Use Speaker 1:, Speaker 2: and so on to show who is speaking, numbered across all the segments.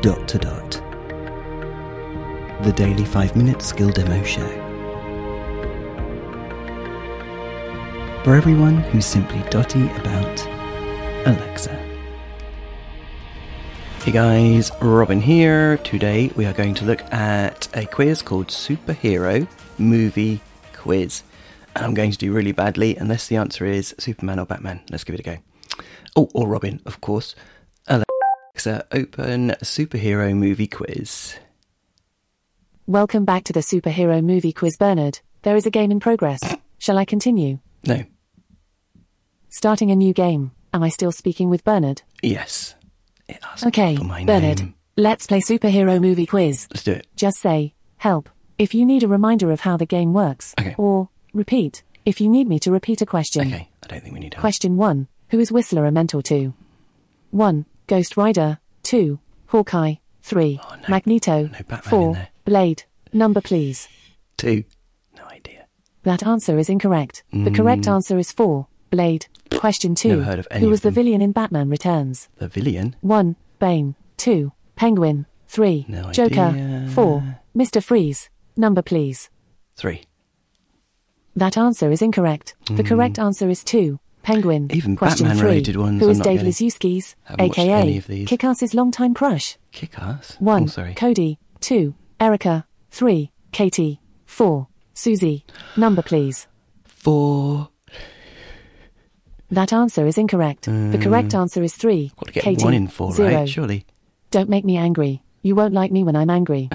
Speaker 1: dot to dot. The Daily 5 Minute Skill Demo Show. For everyone who's simply dotty about Alexa. Hey guys, Robin here. Today we are going to look at a quiz called Superhero Movie Quiz. And I'm going to do really badly unless the answer is Superman or Batman. Let's give it a go. Oh, or Robin, of course. Alexa, open Superhero Movie Quiz.
Speaker 2: Welcome back to the superhero movie quiz, Bernard. There is a game in progress. Shall I continue?
Speaker 1: No.
Speaker 2: Starting a new game. Am I still speaking with Bernard?
Speaker 1: Yes. It asks
Speaker 2: Okay,
Speaker 1: for my
Speaker 2: Bernard.
Speaker 1: name.
Speaker 2: Let's play superhero movie quiz.
Speaker 1: Let's do it.
Speaker 2: Just say, help, if you need a reminder of how the game works.
Speaker 1: Okay.
Speaker 2: Or, repeat, if you need me to repeat a question.
Speaker 1: Okay, I don't think we need help.
Speaker 2: Question 1. Who is Whistler a mentor to? 1. Ghost Rider. 2. Hawkeye. 3.
Speaker 1: Oh, no.
Speaker 2: Magneto.
Speaker 1: Batman in
Speaker 2: 4.
Speaker 1: there.
Speaker 2: Blade. Number, please.
Speaker 1: Two. No idea.
Speaker 2: That answer is incorrect. The correct answer is 4. Blade. Question 2.
Speaker 1: Hmm. Never heard of any
Speaker 2: Who
Speaker 1: of
Speaker 2: was the
Speaker 1: them.
Speaker 2: villain in Batman Returns?
Speaker 1: The villain.
Speaker 2: 1. Bane. 2. Penguin. 3.
Speaker 1: No
Speaker 2: Joker.
Speaker 1: idea.
Speaker 2: 4. Mr. Freeze. Number, please.
Speaker 1: Three.
Speaker 2: That answer is incorrect. The correct answer is 2. Penguin.
Speaker 1: Hmm. Even
Speaker 2: Question three.
Speaker 1: Batman-related ones
Speaker 2: Who
Speaker 1: I'm
Speaker 2: is
Speaker 1: not
Speaker 2: Dave
Speaker 1: getting.
Speaker 2: Liszewski's,
Speaker 1: Haven't watched any
Speaker 2: aka
Speaker 1: of these.
Speaker 2: Kickass's longtime crush?
Speaker 1: Kick ass.
Speaker 2: 1.
Speaker 1: Oh, sorry.
Speaker 2: Cody. 2. Erica. 3. Katie. 4. Susie. Number, please.
Speaker 1: Four.
Speaker 2: That answer is incorrect. The correct answer is 3.
Speaker 1: Got to Mm. get
Speaker 2: Katie.
Speaker 1: one in four,
Speaker 2: zero.
Speaker 1: right? Surely.
Speaker 2: Don't make me angry. You won't like me when I'm angry.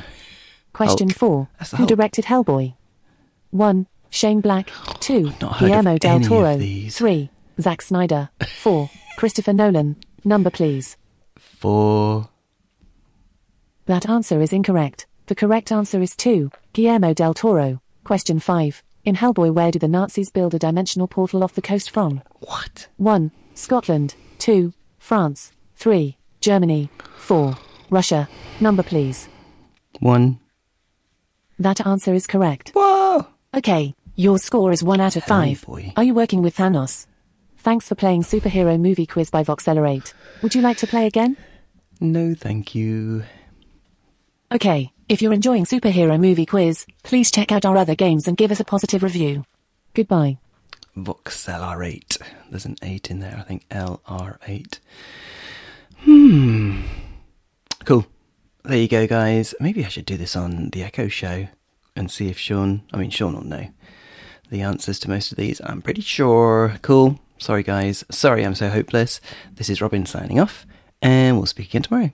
Speaker 2: Question
Speaker 1: Hulk.
Speaker 2: 4.
Speaker 1: That's the
Speaker 2: Who
Speaker 1: Hulk.
Speaker 2: directed Hellboy? 1. Shane Black. 2.
Speaker 1: not heard of
Speaker 2: Guillermo del
Speaker 1: any of
Speaker 2: Toro.
Speaker 1: these.
Speaker 2: 3. Zack Snyder. 4. Christopher Nolan. Number, please.
Speaker 1: Four.
Speaker 2: That answer is incorrect. The correct answer is 2. Guillermo del Toro. Question 5. In Hellboy, where do the Nazis build a dimensional portal off the coast from?
Speaker 1: What?
Speaker 2: 1. Scotland. 2. France. 3. Germany. 4. Russia. Number, please.
Speaker 1: One.
Speaker 2: That answer is correct.
Speaker 1: Whoa!
Speaker 2: Okay, your score is 1 out of 5.
Speaker 1: boy.
Speaker 2: Are you working with Thanos? Thanks for playing Superhero Movie Quiz by Voxelerate. Would you like to play again?
Speaker 1: No, thank you.
Speaker 2: Okay, if you're enjoying Superhero Movie Quiz, please check out our other games and give us a positive review. Goodbye.
Speaker 1: Voxelarate. There's an eight in there, I think. LR8. Hmm. Cool. There you go, guys. Maybe I should do this on the Echo Show and see if Sean, I mean, Sean will know the answers to most of these. I'm pretty sure. Cool. Sorry, guys. Sorry I'm so hopeless. This is Robin signing off, and we'll speak again tomorrow.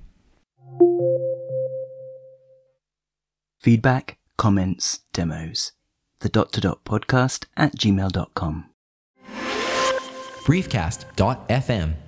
Speaker 1: Feedback, comments, demos. The dot to dot podcast at gmail.com.
Speaker 3: briefcast.fm